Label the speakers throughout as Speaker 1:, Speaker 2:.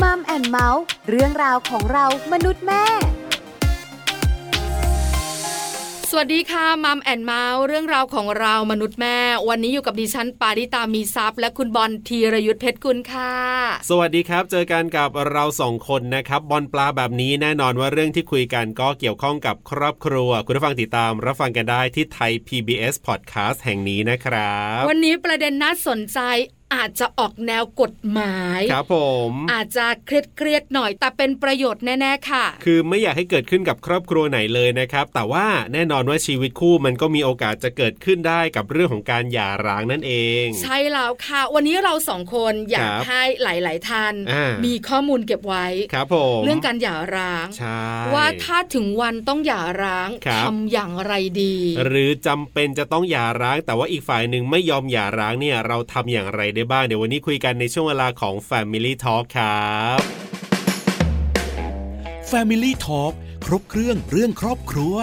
Speaker 1: มัมแอนเมาส์เรื่องราวของเรามนุษย์แม่
Speaker 2: สวัสดีค่ะมัมแอนเมาส์เรื่องราวของเรามนุษย์แม่ วันนี้อยู่กับดิฉันปาริตามีซัพ์และคุณบอลธีรยุทธเพชรกุลค่ะ
Speaker 3: สวัสดีครับ เจอกันกับเราสองคนนะครับ บอลปลาแบบนี้แน่นอนว่าเรื่องที่คุยกันก็เกี่ยวข้องกับครอบครัว คุณผู้ฟังติดตามรับฟังกันได้ที่ไทย PBS Podcast แห่งนี้นะครับ
Speaker 2: วันนี้ประเด็นน่าสนใจอาจจะออกแนวกฎหมาย
Speaker 3: ครับผม
Speaker 2: อาจจะเครียดเครียดๆหน่อยแต่เป็นประโยชน์แน่ๆค่ะ
Speaker 3: คือไม่อยากให้เกิดขึ้นกับครอบครัวไหนเลยนะครับ แต่ว่าแน่นอนว่าชีวิตคู่มันก็มีโอกาสจะเกิดขึ้นได้กับเรื่องของการหย่าร้างนั่นเอง
Speaker 2: ใช่แล้วค่ะ วันนี้เราสองคนอยาก
Speaker 3: ครับ
Speaker 2: ให้หลายๆท่าน
Speaker 3: อ่ามี
Speaker 2: มีข้อมูลเก็บไว้
Speaker 3: ครับผม
Speaker 2: เรื่องการหย่าร้าง
Speaker 3: ใช่
Speaker 2: ว่าถ้าถึงวันต้องหย่าร้าง
Speaker 3: ครับ
Speaker 2: ทำอย่างไรดี
Speaker 3: หรือจำเป็นจะต้องหย่าร้าง แต่ว่าอีกฝ่ายหนึ่งไม่ยอมหย่าร้างเนี่ยเราทำอย่างไรได้บ้าง เดี๋ยววันนี้คุยกันในช่วงเวลาของ Family Talk ครับ
Speaker 4: Family Talk ครบเครื่องเรื่องครอบครัว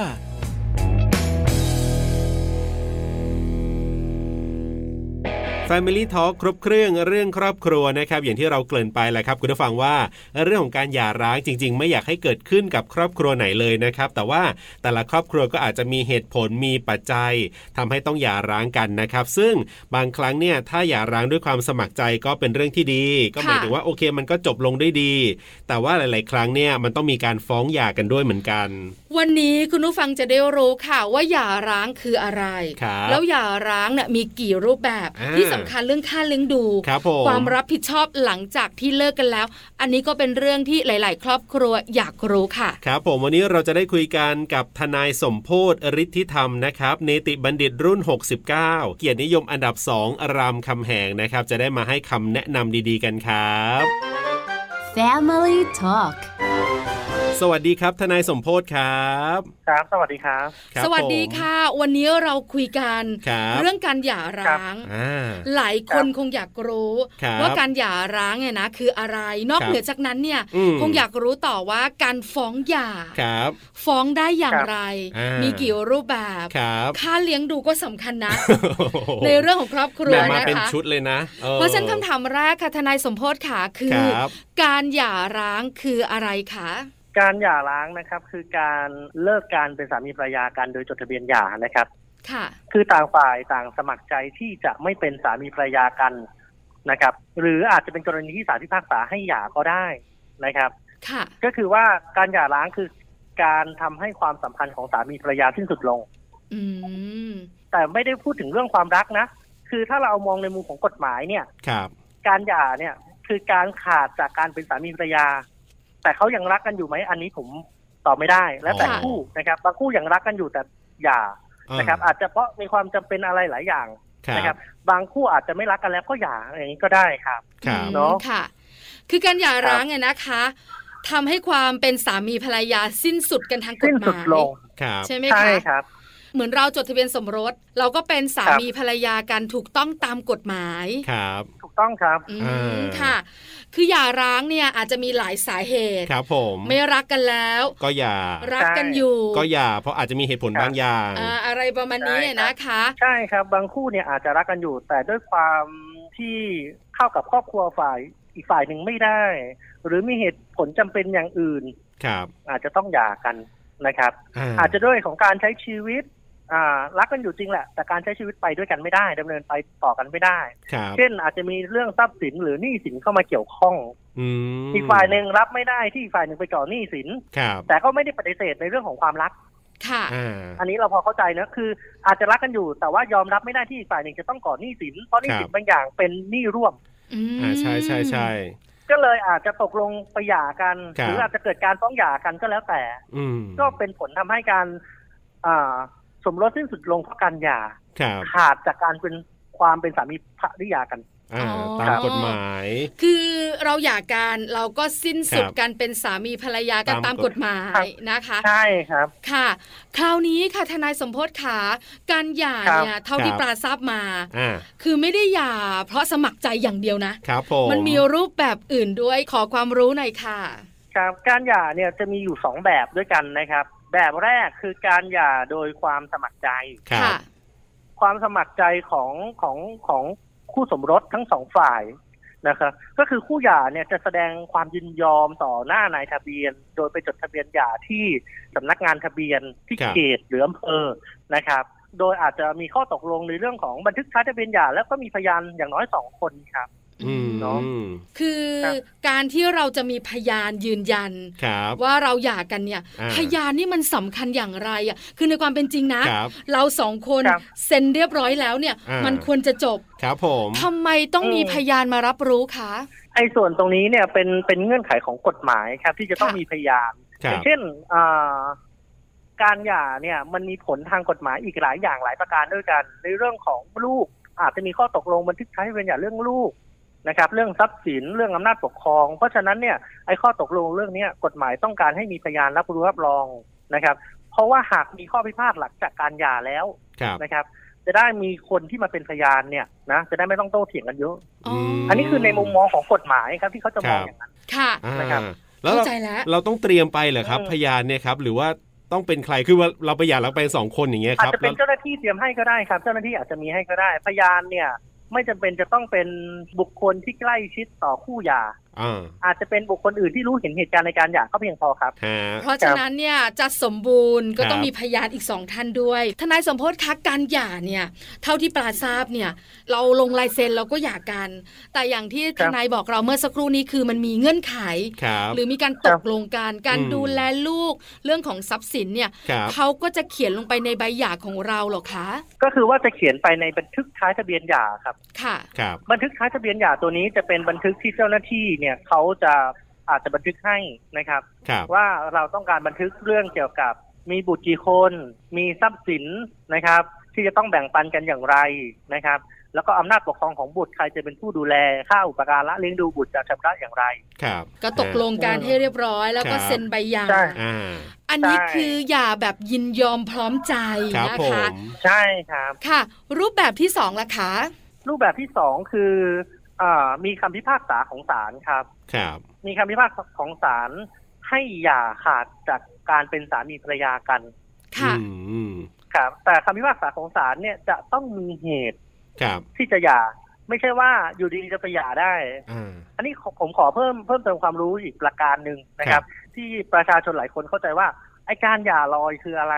Speaker 3: Family Talk ครบเครื่องเรื่องครอบครัวนะครับอย่างที่เราเกริ่นไปแหละครับคุณผู้ฟังว่าเรื่องของการหย่าร้างจริง ๆ ไม่อยากให้เกิดขึ้นกับครอบครัวไหนเลยนะครับ แต่ว่าแต่ละครอบครัวก็อาจจะมีเหตุผลมีปัจจัยทำให้ต้องหย่าร้างกันนะครับ ซึ่งบางครั้งเนี่ยถ้าหย่าร้างด้วยความสมัครใจก็เป็นเรื่องที่ดี ก็หมายถึงว่าโอเคมันก็จบลงด้วยดี แต่ว่าหลาย ๆ ครั้งเนี่ยมันต้องมีการฟ้องหย่ากันด้วยเหมือนกัน
Speaker 2: วันนี้คุณผู้ฟังจะได้รู้ค่ะว่าหย่าร้างคืออะไร
Speaker 3: ครับ
Speaker 2: แล้วหย่าร้างเนี่ยมีกี่รูปแบบ
Speaker 3: อ่า
Speaker 2: ที่สำคัญเรื่องค่าเลี้ยงดู
Speaker 3: ครับผม
Speaker 2: ความรับผิดชอบหลังจากที่เลิกกันแล้ว อันนี้ก็เป็นเรื่องที่หลาย ๆ ครอบครัวอยากรู้ค่ะ
Speaker 3: ครับผมวันนี้เราจะได้คุยกันกับทนายสมโพธฤทธิธรรมนะครับเนติบัณฑิตรุ่น 69 เกียรตินิยมอันดับ 2 รามคำแหงนะครับ จะได้มาให้คำแนะนำดีๆกันครับ
Speaker 1: Family Talk
Speaker 3: สวัสดีครับทนายสมโพธครับ
Speaker 5: ครับ สวัสดีครับ
Speaker 3: ครับ
Speaker 2: สวัสดี
Speaker 3: ผม
Speaker 2: ค่ะ วันนี้เราคุยกัน
Speaker 3: ครับ
Speaker 2: เรื่องการหย่าร้าง
Speaker 3: อ่า
Speaker 2: หลายคน
Speaker 5: ครับ
Speaker 2: คงอยากรู้
Speaker 3: ครับ
Speaker 2: ว่าการหย่าร้างเนี่ยนะคืออะไร นอก
Speaker 3: ครับ
Speaker 2: เหนือจากนั้นเนี่ย
Speaker 3: อืม
Speaker 2: คงอยากรู้ต่อว่าการฟ้องหย่า
Speaker 3: ครับ
Speaker 2: ฟ้องได้อย่าง
Speaker 5: ครับ
Speaker 2: ไร
Speaker 3: อ่ามี
Speaker 2: มีกี่รูปแบบ
Speaker 3: ครับ
Speaker 2: ค่าเลี้ยงดูก็สำคัญนะ ในเรื่องของครอบครัว
Speaker 3: แหม่มา
Speaker 2: นะ
Speaker 3: เป็น
Speaker 2: คะ
Speaker 3: ชุดเลยนะออ
Speaker 2: เพราะฉะนันคำถามแรกค่ะทนายสมโพศค่ะคือ
Speaker 3: ครับ
Speaker 2: การหย่าร้างคืออะไรคะ
Speaker 5: การหย่าร้างนะครับ คือการเลิกการเป็นสามีภรรยากันโดยจดทะเบียนหย่านะครับ
Speaker 2: ค่ะ
Speaker 5: คือต่างฝ่ายต่างสมัครใจที่จะไม่เป็นสามีภรรยากันนะครับ หรืออาจจะเป็นกรณีที่ศาลพิพากษาให้หย่าก็ได้นะครับ
Speaker 2: ค่ะ
Speaker 5: ก็คือว่าการหย่าร้างคือการทำให้ความสัมพันธ์ของสามีภรรยาสิ้นสุดลง
Speaker 2: อืม
Speaker 5: แต่ไม่ได้พูดถึงเรื่องความรักนะ คือถ้าเรามองในมุมของกฎหมายเนี่ย
Speaker 3: ครับ
Speaker 5: การหย่าเนี่ยคือการขาดจากการเป็นสามีภรรยา แต่เขายังรักกันอยู่ไหมอันนี้ผมตอบไม่ได้ แล้วแต่
Speaker 2: ค่ะ
Speaker 5: คู่นะครับบางคู่ยังรักกันอยู่แต่หย่านะครับ อาจจะเพราะมีความจำเป็นอะไรหลายอย่างนะบางคู่อาจจะไม่รักกันแล้วก็หย่าอย่างนี้ก็ได้ครับ
Speaker 3: ครับ
Speaker 2: อืม
Speaker 5: เนอะ
Speaker 2: ค่ะ คือการหย่า
Speaker 5: ครับ
Speaker 2: ร้างเนี่ยนะคะทำให้ความเป็นสามีภรรยาสิ้นสุดกันทางกฎ
Speaker 5: สิ้น
Speaker 2: ห
Speaker 5: สุด
Speaker 2: มาย
Speaker 5: ลง
Speaker 3: ครับ
Speaker 2: ใช่ไหม
Speaker 5: ใช่
Speaker 2: คะ
Speaker 5: ครับ
Speaker 2: เหมือนเราจดทะเบียนสมรส เราก็เป็นสามีภรรยากันถูกต้องตามกฎหมาย
Speaker 3: ครับ
Speaker 5: ถูกต้องครับ
Speaker 2: อื
Speaker 3: อ่
Speaker 2: มา ค่ะ คือหย่าร้างเนี่ยอาจจะมีหลายสาเหตุ
Speaker 3: ครับผม
Speaker 2: ไม่รักกันแล้ว
Speaker 3: ก็อย่า
Speaker 2: รักกันอยู่
Speaker 3: ก็อย่า เพราะอาจจะมีเหตุผลบางอย่าง
Speaker 2: อ่าอะไรประมาณนี้
Speaker 5: ใช่ครับ
Speaker 2: นะคะ
Speaker 5: ใช่ครับ บางคู่เนี่ยอาจจะรักกันอยู่ แต่ด้วยความที่เข้ากับครอบครัวฝ่ายอีกฝ่ายหนึ่งไม่ได้ หรือมีเหตุผลจำเป็นอย่างอื่น
Speaker 3: ครับ
Speaker 5: อาจจะต้องหย่ากันนะครับ อาจจะด้วยของการใช้ชีวิตอ่ารักกันอยู่จริงแหละ แต่การใช้ชีวิตไปด้วยกันไม่ได้ดำเนินไปต่อกันไม่ได้
Speaker 3: ครับ
Speaker 5: เช่นอาจจะมีเรื่องทรัพย์สินหรือหนี้สินเข้ามาเกี่ยวข้อง
Speaker 3: อืม
Speaker 5: อีกฝ่ายหนึ่งรับไม่ได้ที่อีกฝ่ายหนึ่งไปก่อหนี้สิน
Speaker 3: ครับ
Speaker 5: แต่ก็ไม่ได้ปฏิเสธในเรื่องของความรัก
Speaker 2: ค่ะ
Speaker 3: อ่า
Speaker 5: อันนี้เราพอเข้าใจนะคือ อาจจะรักกันอยู่ แต่ว่ายอมรับไม่ได้ที่อีกฝ่ายหนึ่งจะต้องก่อหนี้สินเพราะหนี้
Speaker 3: ค
Speaker 5: สิ
Speaker 3: รั
Speaker 5: น
Speaker 3: บ
Speaker 5: บางอย่างเป็นหนี้ร่วม
Speaker 2: อืม
Speaker 3: อ่าใช่ใช่ใช่
Speaker 5: ก็เลยอาจจะตกลงไปหย่ากัน
Speaker 3: ครับ
Speaker 5: หรืออาจจะเกิดการฟ้องหย่ากันก็แล้วแต่
Speaker 3: อืม
Speaker 5: ก็เป็นผลทำให้การอ่าสมรสสิ้นสุดลงเพราะการหย่า
Speaker 3: ครับ
Speaker 5: ขาดจากการเป็นความเป็นสามีภรรยากัน
Speaker 3: อ่าตามกฎหมาย
Speaker 2: คือเราหย่ากันเราก็สิ้นสุด
Speaker 3: ครับ
Speaker 2: การเป็นสามีภรรยากันตา
Speaker 3: ตาม ม
Speaker 2: ก
Speaker 3: ก
Speaker 2: ฎ
Speaker 3: ฎ
Speaker 2: หมายนะคะ
Speaker 5: ใช่ครับ
Speaker 2: ค่ะ คราวนี้ค่ะทนายสมโพศขาการหย่า
Speaker 5: ครับ
Speaker 2: เนี่ยเท่าที่ปลาทราบมา
Speaker 3: อ่า
Speaker 2: คือไม่ได้หย่าเพราะสมัครใจอย่างเดียวนะ
Speaker 3: ครับผม
Speaker 2: มันมีรูปแบบอื่นด้วยขอความรู้หน่อยค่ะ
Speaker 5: ครับ การหย่าเนี่ยจะมีอยู่สองแบบด้วยกันนะครับ แบบแรกคือการหย่าโดยความสมัครใจ
Speaker 3: ครับ
Speaker 2: ค่ะ
Speaker 5: ความสมัครใจของของของคู่สมรสทั้งสองฝ่าย นะครับก็คือคู่หย่าเนี่ยจะแสดงความยินยอมต่อหน้านายทะเบียน โดยไปจดทะเบียนหย่าที่สำนักงานทะเบียนที่
Speaker 3: ครับ
Speaker 5: เขตหรืออำเภอนะครับ โดยอาจจะมีข้อตกลงในเรื่องของบันทึกท้ายทะเบียนหย่าแล้วก็มีพยานอย่างน้อยสองคนครับ
Speaker 3: อืม
Speaker 5: เนาะ
Speaker 2: คือ
Speaker 5: ครับ
Speaker 2: การที่เราจะมีพยานยืนยัน
Speaker 3: ครับ
Speaker 2: ว่าเราหย่ากันเนี่ย
Speaker 3: อ่า
Speaker 2: พยานนี่มันสำคัญอย่างไรอ่ะคือในความเป็นจริงนะ
Speaker 3: ครับ
Speaker 2: เราสองคน
Speaker 5: ครับ
Speaker 2: เซ็นเรียบร้อยแล้วเนี่ย
Speaker 3: อ่ามั
Speaker 2: มันควรจะจบ
Speaker 3: ครับผม
Speaker 2: ทำไมต้องมี
Speaker 5: อืม
Speaker 2: พยานมารับรู้คะ
Speaker 5: ไอ้ส่วนตรงนี้เนี่ยเป็นเป็นเงื่อนไขของกฎหมายครับ ที่จะต้อง
Speaker 2: ค่ะ
Speaker 5: มีพยาน
Speaker 3: ค
Speaker 5: อ
Speaker 3: รั
Speaker 5: ย่า
Speaker 3: บ
Speaker 5: งเช่นอ่าการหย่าเนี่ยมันมีผลทางกฎหมายอีกหลายอย่างหลายประการด้วยกัน ในเรื่องของลูก อาจจะมีข้อตกลงบันทึกท้ายเป็นหย่าเรื่องลูกนะครับ เรื่องทรัพย์สินเรื่องอำนาจปกครอง เพราะฉะนั้นเนี่ยไอ้ข้อตกลงเรื่องเนี้ยกฎหมายต้องการให้มีพยานรับรู้รับรองนะครับ เพราะว่าหากมีข้อพิพาทหลังจากการหย่าแล้ว
Speaker 3: ครับ
Speaker 5: นะครับ จะได้มีคนที่มาเป็นพยานเนี่ยนะจะได้ไม่ต้องโต้เถียงกันเยอะ
Speaker 2: อ๋ออ
Speaker 5: อันนี้คือในมุมมองของกฎหมายครับที่เขาจะมองอย่างนั้น
Speaker 2: ค่ะ
Speaker 3: อ่า
Speaker 5: นะครับ
Speaker 3: แล้วเรา
Speaker 2: เข้าใจแล้ว
Speaker 3: เราต้องเตรียมไปเหรอครับ
Speaker 5: อืม
Speaker 3: พยานเนี่ยครับ หรือว่าต้องเป็นใครคือว่าเราไปหย่าเราไปสองคนอย่างเงี้ย
Speaker 5: อา
Speaker 3: ค
Speaker 5: จ
Speaker 3: รับ
Speaker 5: จะเป็น
Speaker 3: แล้ว
Speaker 5: เจ้าหน้าที่เตรียมให้ก็ได้ครับ เจ้าหน้าที่อาจจะมีให้ก็ได้ พยานเนี่ย ไม่จำเป็นจะต้องเป็นบุคคลที่ใกล้ชิดต่อคู่หย่า
Speaker 3: อ่า
Speaker 5: อาจจะเป็นบุคคลอื่นที่รู้เห็นเหตุการณ์ในการหย่าก็เพียงพอครับ
Speaker 3: ฮะ
Speaker 2: เพราะฉะนั้นเนี่ยจะสมบูรณ์ก็
Speaker 3: ครับ
Speaker 2: ต้องมีพยานอีกสองท่านด้วย ทนายสมโพศคะการหย่าเนี่ยเท่าที่ปลาทราบเนี่ย เราลงลายเซ็นเราก็หย่ากัน แต่อย่างที่ท
Speaker 5: ครับ
Speaker 2: นายบอกเราเมื่อสักครู่นี้คือมันมีเงื่อนไข
Speaker 3: ครับ
Speaker 2: หรือมีการ
Speaker 5: ค
Speaker 2: ต
Speaker 5: รับ
Speaker 2: กลงกันการ
Speaker 3: อืม
Speaker 2: ดูแลลูก เรื่องของทรัพย์สินเนี่ย
Speaker 3: ครับ
Speaker 2: เขาก็จะเขียนลงไปในใบหย่าของเราเหรอคะ
Speaker 5: ก็คือว่าจะเขียนไปในบันทึกท้ายทะเบียนหย่าครับ
Speaker 2: ค่ะ
Speaker 3: ครับ
Speaker 5: บันทึกท้ายทะเบียนหย่าตัวนี้จะเป็นบันทึกที่เจ้าหน้าที่เนี่ยเขาจะอาจจะบันทึกให้นะครับ
Speaker 3: ครับ
Speaker 5: ว่าเราต้องการบันทึกเรื่องเกี่ยวกับมีบุตรกี่คนมีทรัพย์สินนะครับ ที่จะต้องแบ่งปันกันอย่างไรนะครับ แล้วก็อำนาจปกครองของบุตรใครจะเป็นผู้ดูแลค่าอุปการะเลี้ยงดูบุตรจะชำระอย่างไร
Speaker 3: ครับ
Speaker 2: ก็ตกลงกัน
Speaker 5: เออ
Speaker 2: ให้เรียบร้อย แล้วก็
Speaker 3: ครับ
Speaker 2: เซ็นใบหย่า
Speaker 5: ใช่
Speaker 3: อ่า
Speaker 2: อันนี้
Speaker 5: ใช่
Speaker 2: คือหย่าแบบยินยอมพร้อมใจ
Speaker 3: ครับ
Speaker 2: นะ
Speaker 3: ผ
Speaker 2: คะ
Speaker 3: ม
Speaker 5: ใช่ครับ
Speaker 2: ค่ะ รูปแบบที่สองล่ะคะ
Speaker 5: รูปแบบที่สองคืออามีคำพิพากษาของศาลครับ
Speaker 3: ครับ
Speaker 5: มีคำพิพากษาของศาลให้หย่าขาดจากการเป็นสามีภรรยากัน
Speaker 2: ค่ะ
Speaker 3: อืมอืม
Speaker 5: ครับ แต่คำพิพากษาของศาลเนี่ยจะต้องมีเหตุ
Speaker 3: ครับ
Speaker 5: ที่จะหย่า ไม่ใช่ว่าอยู่ดีๆจะไปหย่าได้
Speaker 3: อ่า
Speaker 5: อันนี้ขอผมขอเพิ่มเพิ่มเติมความรู้อีกประการหนึ่งนะค
Speaker 3: ครั
Speaker 5: รับ
Speaker 3: บ
Speaker 5: ที่ประชาชนหลายคนเข้าใจว่าไอการหย่าลอยคืออะไร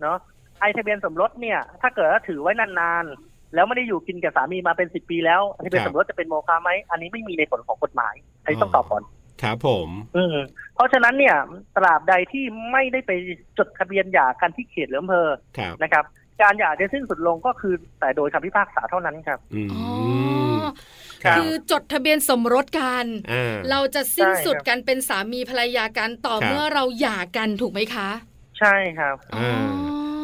Speaker 5: เนาะไอทะเบียนสมรสเนี่ย ถ้าเกิดว่าถือไว้นานๆ แล้วไม่ได้อยู่กินกับสามีมาเป็นสิบปีแล้วทะเบียนสมรสจะเป็นโมฆะไหมอันนี้ไม่มีในผลของกฎหมายอันนี้ต้องตอบก่อน
Speaker 3: ครับผม
Speaker 5: อืมเพราะฉะนั้นเนี่ยตราบใดที่ไม่ได้ไปจดทะเบียนหย่ากันที่เขตหรืออำเภอ
Speaker 3: ครับ
Speaker 5: นะครับ การหย่าจะสิ้นสุดลงก็คือแต่โดยคำพิพากษาเท่านั้นครับ
Speaker 3: อืม
Speaker 2: อ๋อ
Speaker 3: ครั
Speaker 2: คื
Speaker 3: บ
Speaker 2: อจดทะเบียนสมรสกัน
Speaker 3: อ่า
Speaker 2: เราจะสิ้นสุด
Speaker 5: ใช่ครับ
Speaker 2: กันเป็นสามีภรรยากันต่อ
Speaker 3: ครับ
Speaker 2: เมื่อเราหย่ากันถูกไหมคะ
Speaker 5: ใช่ครับ
Speaker 2: อ๋
Speaker 3: อ่า
Speaker 2: อ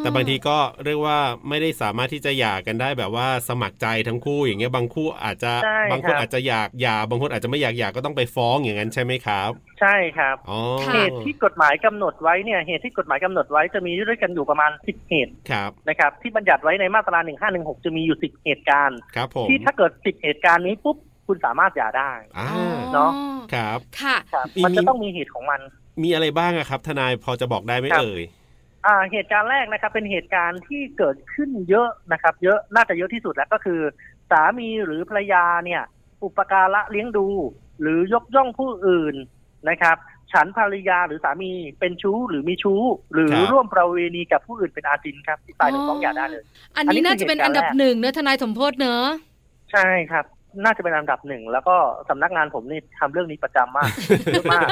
Speaker 3: แต่บางทีก็เรียกว่าไม่ได้สามารถที่จะหย่ากันได้แบบว่าสมัครใจทั้งคู่อย่างเงี้ยบางคู่อาจจะ
Speaker 5: ใช่
Speaker 3: บางคน
Speaker 5: ครับ
Speaker 3: อาจจะอยากหย่าบางคนอาจจะไม่อยากหย่าก็ต้องไปฟ้องอย่างนั้นใช่ไหมครับ
Speaker 5: ใช่ครับ
Speaker 3: อ๋อ
Speaker 5: เหตุที่กฎหมายกำหนดไว้เนี่ยเหตุที่กฎหมายกำหนดไว้จะมีด้วยกันอยู่ประมาณ 10 เหตุ
Speaker 3: ครับ
Speaker 5: นะครับที่บัญญัติไว้ในมาตรา 1516 จะมีอยู่ 10 เหตุการณ์
Speaker 3: ครับผม
Speaker 5: ที่ถ้าเกิด 10 เหตุการณ์นี้ปุ๊บคุณสามารถหย่าได้
Speaker 3: อ่า
Speaker 2: อ๋อ
Speaker 5: เนอะ
Speaker 3: ครับ
Speaker 2: ค่ะ
Speaker 5: ครับ
Speaker 3: มี
Speaker 5: มันจะต้องมีเหตุของมัน
Speaker 3: มีอะไรบ้างอะครับ ทนายพอจะบอกได้ไหม
Speaker 5: ครับ
Speaker 3: เอ่ย
Speaker 5: อ่าเหตุการณ์แรกนะครับเป็นเหตุการณ์ที่เกิดขึ้นเยอะนะครับ เยอะน่าจะเยอะที่สุดแล้วก็คือ สามีหรือภรรยาเนี่ยอุปการะเลี้ยงดู หรือยกย่องผู้อื่นนะครับ ฉันภรรยาหรือสามีเป็นชู้หรือมีชู้ หรือร่วมประเวณีกับผู้อื่นเป็นอาจินครับที่ตายหนึ่งฟ้องหย่าได้เลย
Speaker 2: อัน
Speaker 5: อันนี้
Speaker 2: นี้น่าจะเป็น
Speaker 5: คือเหตุการ
Speaker 2: อัน
Speaker 5: ณ์
Speaker 2: ดับหนึ่งเนอะทนายสมโพศเนอะ
Speaker 5: ใช่ครับ น่าจะเป็นอันดับหนึ่ง แล้วก็สำนักงานผมนี่ทำเรื่องนี้ประจำมาก เยอะมาก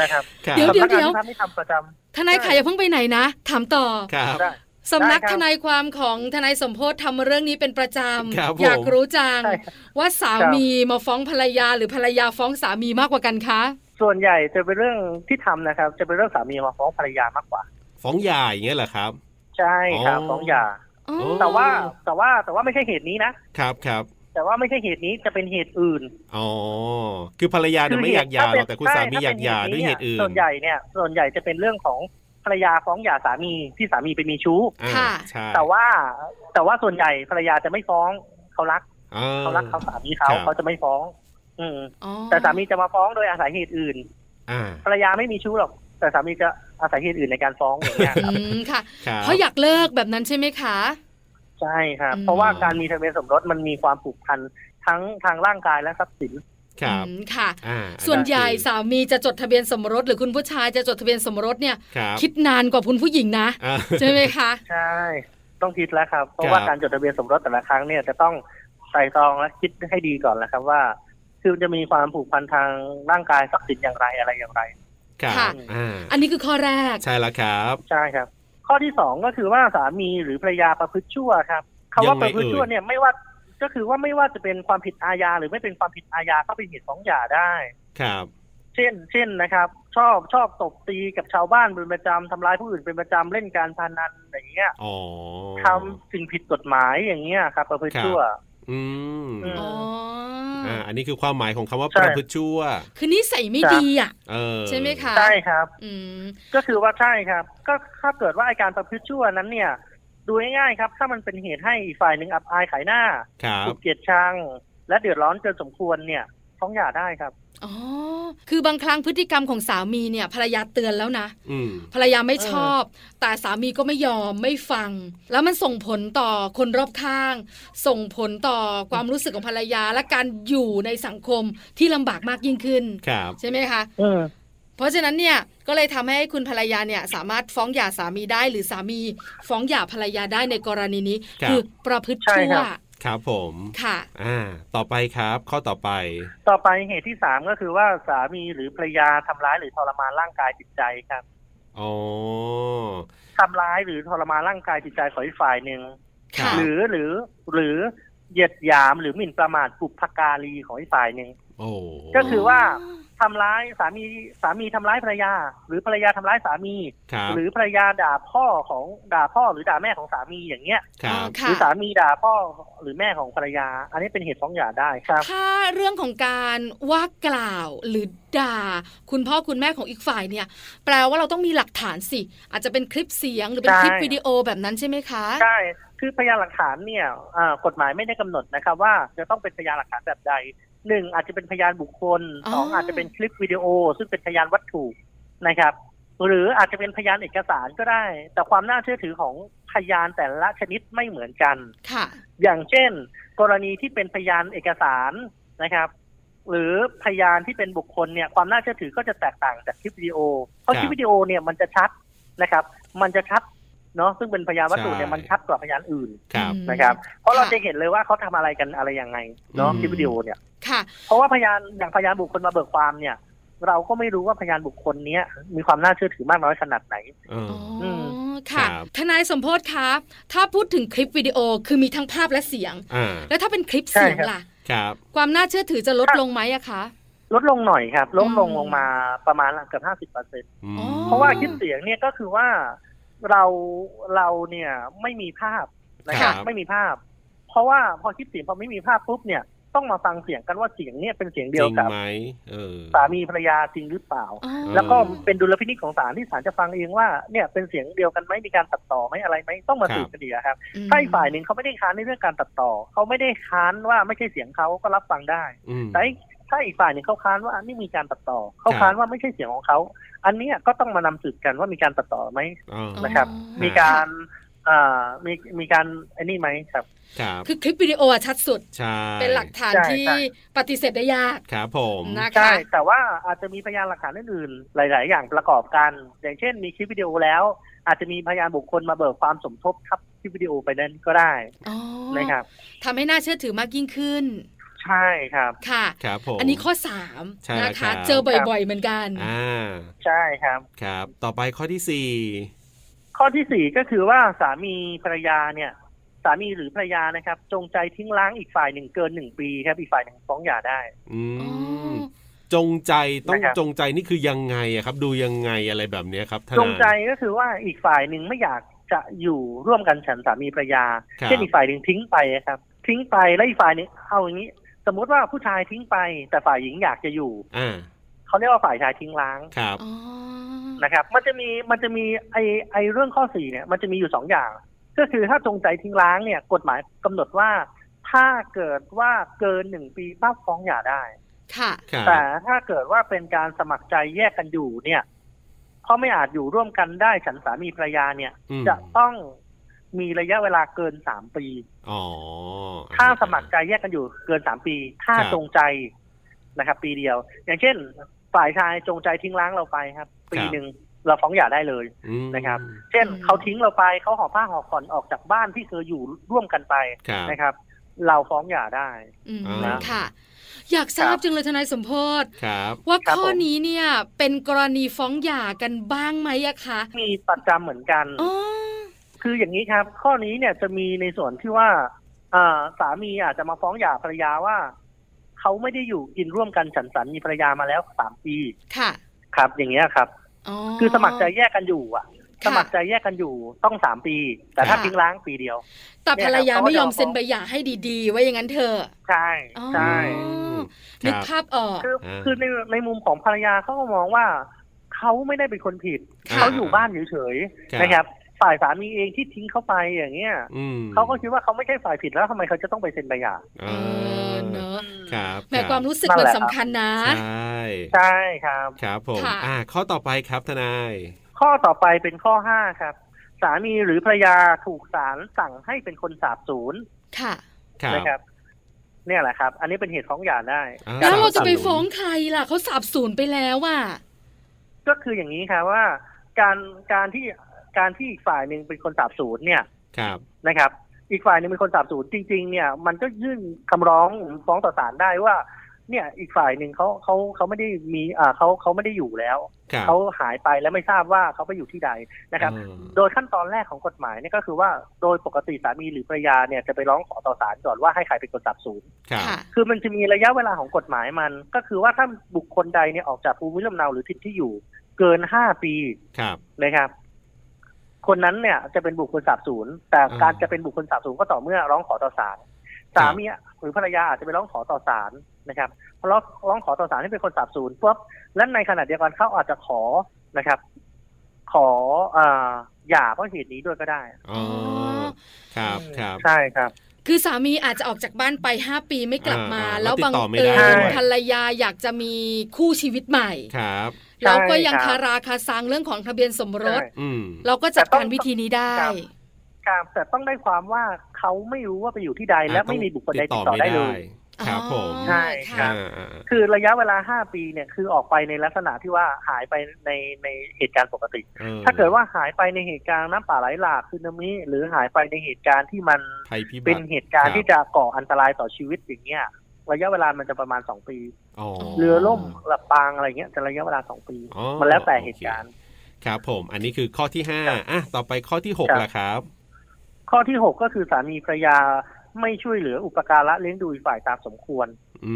Speaker 5: นะครับ
Speaker 3: ครับ
Speaker 2: เดี๋ยว
Speaker 5: สำนักงานที่ทำนี่ทำประจำ
Speaker 2: ทนาย
Speaker 5: ใช่
Speaker 2: ขาอย่าเพิ่งไปไหนนะ ถามต่อ
Speaker 3: ครับ
Speaker 5: ได้
Speaker 2: สำนัก
Speaker 5: ได้ครับ
Speaker 2: ทนายความของทนายสมโพศทำเรื่องนี้เป็นประจ
Speaker 3: ครับผม
Speaker 2: ำอยากรู้จัง
Speaker 5: ใช่ครับ
Speaker 2: ว่าสา
Speaker 5: ครับ
Speaker 2: มีมาฟ้องภรรยาหรือภรรยาฟ้องสามีมากกว่ากันคะ
Speaker 5: ส่วนใหญ่จะเป็นเรื่องที่ทำนะครับ จะเป็นเรื่องสามีมาฟ้องภรรยามากกว่า
Speaker 3: ฟ้องหย่าอย่างเงี้ยเหรอครับ
Speaker 5: ใช่ครับ
Speaker 3: อ๋อ
Speaker 5: ฟ้องหย่า
Speaker 2: อ๋อ
Speaker 5: แต่ว่าแต่ว่าแต่ว่าไม่ใช่เหตุนี้นะ
Speaker 3: ครับครับ
Speaker 5: แต่ว่าไม่ใช่เหตุนี้จะเป็นเหตุอื่น
Speaker 3: อ๋อคือภรรยาเนี่ยไม่อยากหย่าหรอกแต่คุณสามีอยากหย่าด้วยเหตุอื่น
Speaker 5: ส่วนใหญ่เนี่ยส่วนใหญ่จะเป็นเรื่องของภรรยาฟ้องหย่าสามีที่สามีไปมีชู้
Speaker 3: อ่า
Speaker 2: ค่ะ
Speaker 3: ใช่
Speaker 5: แต่ว่าแต่ว่าส่วนใหญ่ภรรยาจะไม่ฟ้องเขารัก
Speaker 3: อ่
Speaker 5: เขารักเขาสามีเขา
Speaker 3: ครับ
Speaker 5: เขาจะไม่ฟ้อง อืม
Speaker 2: อ๋อ
Speaker 5: แต่สามีจะมาฟ้องโดยอาศัยเหตุอื่น
Speaker 3: อ่า
Speaker 5: ภรรยาไม่มีชู้หรอก แต่สามีจะอาศัยเหตุอื่นในการฟ้องอย่างเงี้ย
Speaker 2: อืมค่ะ
Speaker 3: ครับ
Speaker 2: เพราะอยากเลิกแบบนั้นใช่ไหมคะ
Speaker 5: ใช่ครับ
Speaker 2: อืม
Speaker 5: เพราะว่าการมีทะเบียนสมรสมันมีความผูกพันทั้งทางร่างกายและทรัพย์สิน
Speaker 3: ครับ
Speaker 2: อืมค่ะ
Speaker 3: อ่า
Speaker 2: ส่วนใหญ่
Speaker 3: อั
Speaker 2: สามีจะจดทะเบียนสมรส หรือคุณผู้ชายจะจดทะเบียนสมรสเนี่ย
Speaker 3: ครับ
Speaker 2: คิดนานกว่าคุณผู้หญิงนะ
Speaker 3: อ่า
Speaker 2: ใช่ไหมคะ
Speaker 5: ใช่ ต้องคิดแล้วครับ เพ
Speaker 3: ครั
Speaker 5: ราะ
Speaker 3: บ
Speaker 5: ว่าการจดทะเบียนสมรสแต่ละครั้งเนี่ยจะต้องไตร่ตรองและคิดให้ดีก่อนแล้วครับว่า คือจะมีความผูกพันทางร่างกายทรัพย์สินอย่างไรอะไรอย่างไร
Speaker 3: ครับ
Speaker 2: ค่ะ
Speaker 3: อ่า
Speaker 2: อันนี้คือข้อแรก
Speaker 3: ใช่แล้วครับ
Speaker 5: ใช่ครับ ข้อที่สองก็คือว่าสามีหรือภรรยาประพฤติชั่วครับคำ
Speaker 3: ยั
Speaker 5: ว่า
Speaker 3: ง
Speaker 5: ป
Speaker 3: ไง
Speaker 5: ระพฤติชั่วเนี่ยไม่ว่าก็คือว่าไม่ว่าจะเป็นความผิดอาญาหรือไม่เป็นความผิดอาญาก็เป็นเหตุของหย่าได้
Speaker 3: ครับ
Speaker 5: เช่น เช่นนะครับ ชอบชอบตบตีกับชาวบ้านเป็นประจำทำร้ายผู้อื่นเป็นประจำเล่นการพนันอย่างเงี้ย
Speaker 3: อ๋อ
Speaker 5: ทำสิ่งผิดกฎหมายอย่างเงี้ยครับประพฤติ
Speaker 3: ครับ
Speaker 5: ชั่ว
Speaker 3: อืม
Speaker 5: อืม
Speaker 2: อ๋ออ
Speaker 3: อ่าอันนี้คือความหมายของคำว่า
Speaker 5: ใช่
Speaker 3: ประพฤติชั่ว
Speaker 2: คือนิสัยไม่ดีอ่ะ
Speaker 3: เออ
Speaker 2: ใช่ไหมคะ
Speaker 5: ใช่ครับ
Speaker 2: อืม
Speaker 5: ก็คือว่าใช่ครับ ก็ถ้าเกิดว่าไอการประพฤติชั่วนั้นเนี่ย ดูง่ายๆครับ ถ้ามันเป็นเหตุให้อีกฝ่ายหนึ่งอับอายขายหน้า
Speaker 3: ครับ
Speaker 5: ถูกเกลียดชังและเดือดร้อนเกินสมควรเนี่ยฟ้องหย่าได้ครับ
Speaker 2: อ๋อ คือบางครั้งพฤติกรรมของสามีเนี่ยภรรยาเตือนแล้วนะ
Speaker 3: อืม
Speaker 2: ภรรยาไม่ชอบ แต่สามีก็ไม่ยอมไม่ฟัง แล้วมันส่งผลต่อคนรอบข้าง ส่งผลต่อความรู้สึกของภรรยาและการอยู่ในสังคมที่ลำบากมากยิ่งขึ้น
Speaker 3: ครับ
Speaker 2: ใช่ไหมคะ
Speaker 5: เออ
Speaker 2: เพราะฉะนั้นเนี่ยก็เลยทำให้คุณภรรยาเนี่ยสามารถฟ้องหย่าสามีได้ หรือสามีฟ้องหย่าภรรยาได้ในกรณีนี้
Speaker 3: ครับ
Speaker 2: คือประพฤติชั่
Speaker 5: ใช่
Speaker 2: ว
Speaker 5: ครับ
Speaker 3: ครับผม
Speaker 2: ค่ะ
Speaker 3: อ่า ต่อไปครับ ข้อต่อไป
Speaker 5: ต่อไปเหตุที่สามก็คือว่าสามีหรือภรรยาทำร้ายหรือทรมานร่างกายจิตใจครับ
Speaker 3: อ๋อ
Speaker 5: ทำร้ายหรือทรมานร่างกายจิตใจของอีกฝ่ายหนึ่ง
Speaker 3: ครับ
Speaker 5: หรือหรือหรือเหยียดหยามหรือหมิ่นประมาทบุพการีของอีกฝ่ายหนึ่ง
Speaker 3: โอ้
Speaker 5: ก็คือว่า ทำร้ายสามีสามีทำร้ายภรรยา หรือภรรยาทำร้ายสามี
Speaker 3: ครับ
Speaker 5: หรือภรรยาด่าพ่อของด่าพ่อหรือด่าแม่ของสามีอย่างเงี้ย
Speaker 3: ครั
Speaker 2: อ๋
Speaker 3: บ
Speaker 2: อ
Speaker 5: ห
Speaker 2: ค่ะ
Speaker 5: รือสามีด่าพ่อหรือแม่ของภรรยา อันนี้เป็นเหตุฟ้องหย่าได้ครับ
Speaker 2: ถ้าเรื่องของการว่ากล่าวหรือด่า คุณพ่อคุณแม่ของอีกฝ่ายเนี่ย แปลว่าเราต้องมีหลักฐานสิ อาจจะเป็นคลิปเสียงหรือเป็น
Speaker 5: ใช่
Speaker 2: คลิปวิดีโอแบบนั้นใช่ไหมคะ
Speaker 5: ใช่ คือพยานหลักฐานเนี่ยอ่ากฎหมายไม่ได้กำหนดนะครับว่าจะต้องเป็นพยานหลักฐานแบบใดหนึ่งอาจจะเป็นพยานบุคคล
Speaker 2: อ๋อ
Speaker 5: สองอาจจะเป็นคลิปวิดีโอ ซึ่งเป็นพยานวัตถุนะครับ หรืออาจจะเป็นพยานเอกสารก็ได้ แต่ความน่าเชื่อถือของพยานแต่ละชนิดไม่เหมือนกัน
Speaker 2: ค่ะ
Speaker 5: อย่างเช่น กรณีที่เป็นพยานเอกสารนะครับ หรือพยานที่เป็นบุคคลเนี่ยความน่าเชื่อถือก็จะแตกต่างจากคลิปวิดีโอ เพราะ
Speaker 3: ครับ
Speaker 5: คลิปวิดีโอเนี่ยมันจะชัดนะครับ มันจะชัดเนาะซึ่งเป็นพยานวัตถุเนี่ย
Speaker 3: ใช่
Speaker 5: มันชัดกว่าพยานอื่น
Speaker 3: ครับ
Speaker 2: อืม
Speaker 5: นะครับ เพราะเรา
Speaker 2: ค่ะ
Speaker 5: จะเห็นเลยว่าเขาทำอะไรกันอะไรยังไงเนาะ
Speaker 3: อืม
Speaker 5: คลิปวิดีโอเนี่ย
Speaker 2: ค่ะ
Speaker 5: เพราะว่าพยานอย่างพยานบุคคลมาเบิกความเนี่ย เราก็ไม่รู้ว่าพยานบุคคลเนี้ยมีความน่าเชื่อถือมากน้อยขนาดไหน
Speaker 3: เออ
Speaker 2: อ๋ออ
Speaker 5: ม
Speaker 2: ค่ะ
Speaker 3: ครับ
Speaker 2: ทนายสมโพศคะถ้าพูดถึงคลิปวิดีโอคือมีทั้งภาพและเสียง
Speaker 3: อ่า
Speaker 2: แล้วถ้าเป็นคลิปเสียง
Speaker 5: ใช่ครับ
Speaker 2: ล่ะ
Speaker 3: ครับ
Speaker 2: ความน่าเชื่อถือจะลดลงไหมอะคะ
Speaker 5: ลดลงหน่อยครับ ลดลง
Speaker 2: อืม
Speaker 5: ลงมาประมาณเกือบห้าสิบเปอร์เซ็น
Speaker 3: อืม
Speaker 2: อ๋อ
Speaker 5: เพราะว่าคลิปเสียงเนี่ยก็คือว่าเราเราเนี่ยไม่มีภาพนะครับ
Speaker 3: ครับ
Speaker 5: ไม่มีภาพ เพราะว่าพอคลิปเสียงพอไม่มีภาพปุ๊บเนี่ยต้องมาฟังเสียงกันว่าเสียงเนี่ยเป็นเสียง
Speaker 3: จ
Speaker 5: เดียว
Speaker 3: ริง
Speaker 5: กับ
Speaker 3: ไหมเออ
Speaker 5: สามีภรรยาจริงหรือเปล่า
Speaker 2: อ๋อ
Speaker 5: แล้วก็เป็นดุลพินิจของศาลที่ศาลจะฟังเองว่าเนี่ยเป็นเสียงเดียวกันไหมมีการตัดต่อไหมอะไรไหมต้องมาสืบ
Speaker 3: ครับ
Speaker 5: กันดีอะครับ
Speaker 2: ม
Speaker 5: ถ้าอีกฝ่ายหนึ่งเขาไม่ได้ค้านในเรื่องการตัดต่อเขาไม่ได้ค้านว่าไม่ใช่เสียงเขาก็รับฟังได้
Speaker 3: อืม
Speaker 5: แต่ถ้าอีกฝ่ายหนึ่งเขาค้านว่านี่มีการตัดต่อเขา
Speaker 3: ครับ
Speaker 5: ค้านว่าไม่ใช่เสียงของเขาอันเนี้ยก็ต้องมานำสืบกันว่ามีการตัดต่อไหม
Speaker 3: เออ
Speaker 2: อ๋อ
Speaker 5: นะครับ มีการเอ่อมีมีการไอ้นี่ไหมครับ
Speaker 3: ครับ
Speaker 2: คือคลิปวิดีโออะชัดสุด
Speaker 3: ใช่
Speaker 2: เป็นหลักฐาน
Speaker 5: ใช่
Speaker 2: ที่
Speaker 5: ใช่
Speaker 2: ปฏิเสธได้ยาก
Speaker 3: ครับผม
Speaker 2: นะ
Speaker 5: ใช่
Speaker 2: คะ
Speaker 5: แต่ว่าอาจจะมีพยานหลักฐานอื่นๆหลาย ๆ อย่างประกอบกัน อย่างเช่น มีคลิปวิดีโอแล้ว อาจจะมีพยานบุคคลมาเบิกความสมทบทับคลิปวิดีโอไปนั้นก็ได้
Speaker 2: อ๋อ
Speaker 5: นะครับ
Speaker 2: ทำให้น่าเชื่อถือมากยิ่งขึ้น
Speaker 5: ใช่ครับ
Speaker 2: ค่ะ
Speaker 3: ครับผม
Speaker 2: อันนี้ข้อ 3
Speaker 3: ใช่แล้ว
Speaker 2: นะ
Speaker 3: ครั
Speaker 2: คะ
Speaker 3: บ
Speaker 2: เจอบ่อยๆเหมือนกัน
Speaker 3: อ่า
Speaker 5: ใช่ครับ
Speaker 3: ครับ ต่อไปข้อที่สี่
Speaker 5: ข้อที่สี่ก็คือว่าสามีภรรยาเนี่ย สามีหรือภรรยานะครับ จงใจทิ้งล้างอีกฝ่ายหนึ่งเกินหนึ่งปีครับอีกฝ่ายหนึ่งฟ้องหย่าได้
Speaker 3: อื
Speaker 2: อ๋อ
Speaker 3: ม จงใจต้อง
Speaker 5: นะครับ
Speaker 3: จงใจนี่คือยังไงอะครับ ดูยังไงอะไรแบบเนี้ยครับทนาย
Speaker 5: จงใจก็คือว่าอีกฝ่ายหนึ่งไม่อยากจะอยู่ร่วมกันฉันสามีภรรยา
Speaker 3: ครับ
Speaker 5: เช่นอีกฝ่ายหนึ่งทิ้งไปครับ ทิ้งไปแล้วอีกฝ่ายหนึ่งเอาอย่างนี้ สมมติว่าผู้ชายทิ้งไป แต่ฝ่ายหญิงอยากจะอยู่
Speaker 3: อ่า
Speaker 5: เขาเรียกว่าฝ่ายชายทิ้งล้าง
Speaker 3: ครับ
Speaker 2: อ๋อ
Speaker 5: นะครับ มันจะมีมันจะมีไอไอเรื่องข้อสี่เนี่ยมันจะมีอยู่สองอย่าง ก็คือถ้าจงใจทิ้งล้างเนี่ย กฎหมายกำหนดว่า ถ้าเกิดว่าเกินหนึ่งปีป้าฟ้องหย่าได้
Speaker 2: ค่ะ
Speaker 3: ครับ
Speaker 5: แต่ถ้าเกิดว่าเป็นการสมัครใจแยกกันอยู่เนี่ยเพราะไม่อาจอยู่ร่วมกันได้ฉันสามีภรรยาเนี่ย
Speaker 3: อืม
Speaker 5: จะต้องมีระยะเวลาเกินสามปี
Speaker 3: อ๋อ
Speaker 5: ถ้าสมัครใจแยกกันอยู่เกินสามปี ถ้า
Speaker 3: ครับ
Speaker 5: จงใจ นะครับ ปีเดียว อย่างเช่น ฝ่ายชายจงใจทิ้งร้างเราไปครับ ปี
Speaker 3: ครับ
Speaker 5: หนึ่งเราฟ้องหย่าได้เลย
Speaker 3: อืม
Speaker 5: นะครับ เช่น
Speaker 2: อืม
Speaker 5: เขาทิ้งเราไปเขาห่อผ้าห่อผ่อนออกจากบ้านที่เคยอยู่ร่วมกันไป
Speaker 3: ครับ
Speaker 5: นะครับ เราฟ้องหย่าได้
Speaker 2: อืม
Speaker 3: อ่า
Speaker 2: ค่ะ อยากทรา
Speaker 5: ครับ บ
Speaker 2: จังเลยทนายสมโพศ
Speaker 3: ครับ
Speaker 2: ว่า
Speaker 5: ครับ
Speaker 2: ข้อ
Speaker 5: ผม
Speaker 2: นี้เนี่ยเป็นกรณีฟ้องหย่ากันบ้างไหมอะคะ
Speaker 5: มีประจำเหมือนกัน
Speaker 2: อ๋อ
Speaker 5: คืออย่างนี้ครับ ข้อนี้เนี่ยจะมีในส่วนที่ว่าอ่าสามีอาจจะมาฟ้องหย่าภรรยาว่าเขาไม่ได้อยู่กินร่วมกันฉันสันมีภรรยามาแล้วสามปี
Speaker 2: ค่ะ
Speaker 5: ครับ อย่างเงี้ยครับ
Speaker 2: อ๋อ
Speaker 5: คือสมัครใจแยกกันอยู่อ่ะ ส
Speaker 2: ค่ะ
Speaker 5: มัครใจแยกกันอยู่ต้องสามปี แต่ถ้า
Speaker 2: ค่ะ
Speaker 5: ทิ้งร้างปีเดียว
Speaker 2: แต่ภรรยา
Speaker 5: เนี่ยครับ
Speaker 2: ไม่ยอมเซ็นใบหย่าให้ดีๆ ไว้อย่างนั้นเถอะ
Speaker 5: ใช่
Speaker 2: อ๋อ
Speaker 5: ใช่
Speaker 3: ค
Speaker 2: นึก
Speaker 3: รับ
Speaker 2: ภาพออก
Speaker 5: คือ
Speaker 3: อ่า
Speaker 5: คือในในมุมของภรรยาเขาก็มองว่าเขาไม่ได้เป็นคนผิด
Speaker 3: ค่ะ
Speaker 5: เขาอยู่บ้านเฉย
Speaker 3: ครับ
Speaker 5: ๆนะครับ ฝ่ายสามีเองที่ทิ้งเขาไปอย่างเงี้ย
Speaker 3: อืม
Speaker 5: เขาก็คิดว่าเขาไม่ใช่ฝ่ายผิดแล้วทำไมเขาจะต้องไปเซ็นใบหย่า
Speaker 3: เอ
Speaker 2: เออ
Speaker 3: อ
Speaker 2: เนอะ
Speaker 3: ครับ
Speaker 2: แหม่ความรู้สึกมันสำคัญนะ
Speaker 3: ใช่
Speaker 5: ใช่ครับ
Speaker 3: ครับผม
Speaker 2: ค่ะ
Speaker 3: อ่าข้อต่อไปครับทนาย
Speaker 5: ข้อต่อไปเป็นข้อห้าครับ สามีหรือภรรยาถูกศาลสั่งให้เป็นคนสาบสูญ
Speaker 2: ค่ะ
Speaker 3: ครับ
Speaker 5: นะครับ เนี่ยแหละครับ อันนี้เป็นเหตุฟ้องหย่าได้
Speaker 3: อ่า
Speaker 5: ก
Speaker 2: แล้วเราจะ
Speaker 5: สบ
Speaker 2: ไป
Speaker 5: สูญ
Speaker 2: ฟ้องใครล่ะเขาสาบสูญไปแล้วอ่ะ
Speaker 5: ก็คืออย่างนี้ครับว่าการการที่การที่อีกฝ่ายหนึ่งเป็นคนสาบสูญเนี่ย
Speaker 3: ครับ
Speaker 5: นะครับ อีกฝ่ายหนึ่งเป็นคนสาบสูญจริง ๆ เนี่ย มันก็ยื่นคำร้องฟ้องต่อศาลได้ว่า เนี่ยอีกฝ่ายหนึ่งเขาเขาเขาไม่ได้มีอ่าเขาเขาไม่ได้อยู่แล้ว
Speaker 3: ครับ
Speaker 5: เขาหายไปแล้วไม่ทราบว่าเขาไปอยู่ที่ใดนะครับ
Speaker 3: อ่า
Speaker 5: โดยขั้นตอนแรกของกฎหมายเนี่ยก็คือว่าโดยปกติสามีหรือภรรยาเนี่ยจะไปร้องขอต่อศาลก่อนว่าให้ใครเป็นคนสาบสูญ
Speaker 3: ครับ
Speaker 2: ค่ะ
Speaker 5: คือมันจะมีระยะเวลาของกฎหมายมัน ก็คือว่าถ้าบุคคลใดเนี่ยออกจากภูมิลำเนาหรือทิศที่อยู่ เกินห้าปี
Speaker 3: ครับ
Speaker 5: นะครับ คนนั้นเนี่ยจะเป็นบุคคลสาบสูญแต่การ
Speaker 3: อ่า
Speaker 5: จะเป็นบุคคลสาบสูญก็ต่อเมื่อร้องขอต่อศาลสามีหรือภรรยาอาจจะไปร้องขอต่อศาลนะครับพอร้องร้องขอต่อศาลให้เป็นคนสาบสูญปุ๊บและในขณะเดียวกันเขาอาจจะขอนะครับ ขอเอ่อหย่าเพราะเหตุนี้ด้วยก็ได้
Speaker 3: อ๋อครับครับ
Speaker 5: ใช่ครับ
Speaker 2: คือสามีอาจจะออกจากบ้านไป 5 ปีไม่กลับมา
Speaker 3: อ่า
Speaker 2: แล้ว
Speaker 3: แล้วติ
Speaker 2: บั
Speaker 3: ด
Speaker 2: ง
Speaker 3: ต่อไม่
Speaker 2: เอิ
Speaker 3: ได้
Speaker 2: ญ
Speaker 5: ด้วย
Speaker 2: ภรรยาอยากจะมีคู่ชีวิตใหม่
Speaker 3: ครับ
Speaker 2: แล้วก็ยัง
Speaker 5: ใช่ครั
Speaker 2: คา
Speaker 5: บ
Speaker 2: ราคาซังเรื่องของทะเบียนสมรส
Speaker 5: ใช่
Speaker 3: อืม
Speaker 2: เราก็จัดการวิธีนี้ได้
Speaker 5: ครับ ครับแต่ต้องได้ความว่าเขาไม่รู้ว่าไปอยู่ที่ใดและไม่มีบุคคลใดติดต่อได้เลย
Speaker 3: ครับผม
Speaker 5: ใช่ครับ
Speaker 3: อ่าอ่า
Speaker 5: คือระยะเวลา 5 ปีเนี่ยคือออกไปในลักษณะที่ว่าหายไปในในเหตุการณ์ปกติ
Speaker 3: อ่
Speaker 5: ถ้าเกิดว่าหายไปในเหตุการณ์น้ำป่าไหลหลากซึนามิหรือหายไปในเหตุการณ์ที่มัน
Speaker 3: ภัยพิบั
Speaker 5: เป็น
Speaker 3: ติ
Speaker 5: เหตุการณ์ที่จะก่ออันตรายต่อชีวิตอย่างเงี้ยระยะเวลามันจะประมาณ 2 ปี
Speaker 3: อ๋อ
Speaker 5: เรือล่มลำปางอะไรเงี้ยจะระยะเวลา 2 ปี
Speaker 3: อ๋อ
Speaker 5: มันแล้วแต่เหตุการณ์
Speaker 3: ครับผม อันนี้คือข้อที่ห้าอ่ะต่อไปข้อที่หก
Speaker 5: ครับ
Speaker 3: ละครับ
Speaker 5: ข้อที่ 6 ก็คือสามีภรรยาไม่ช่วยเหลืออุปการะเลี้ยงดูอีกฝ่ายตามสมควร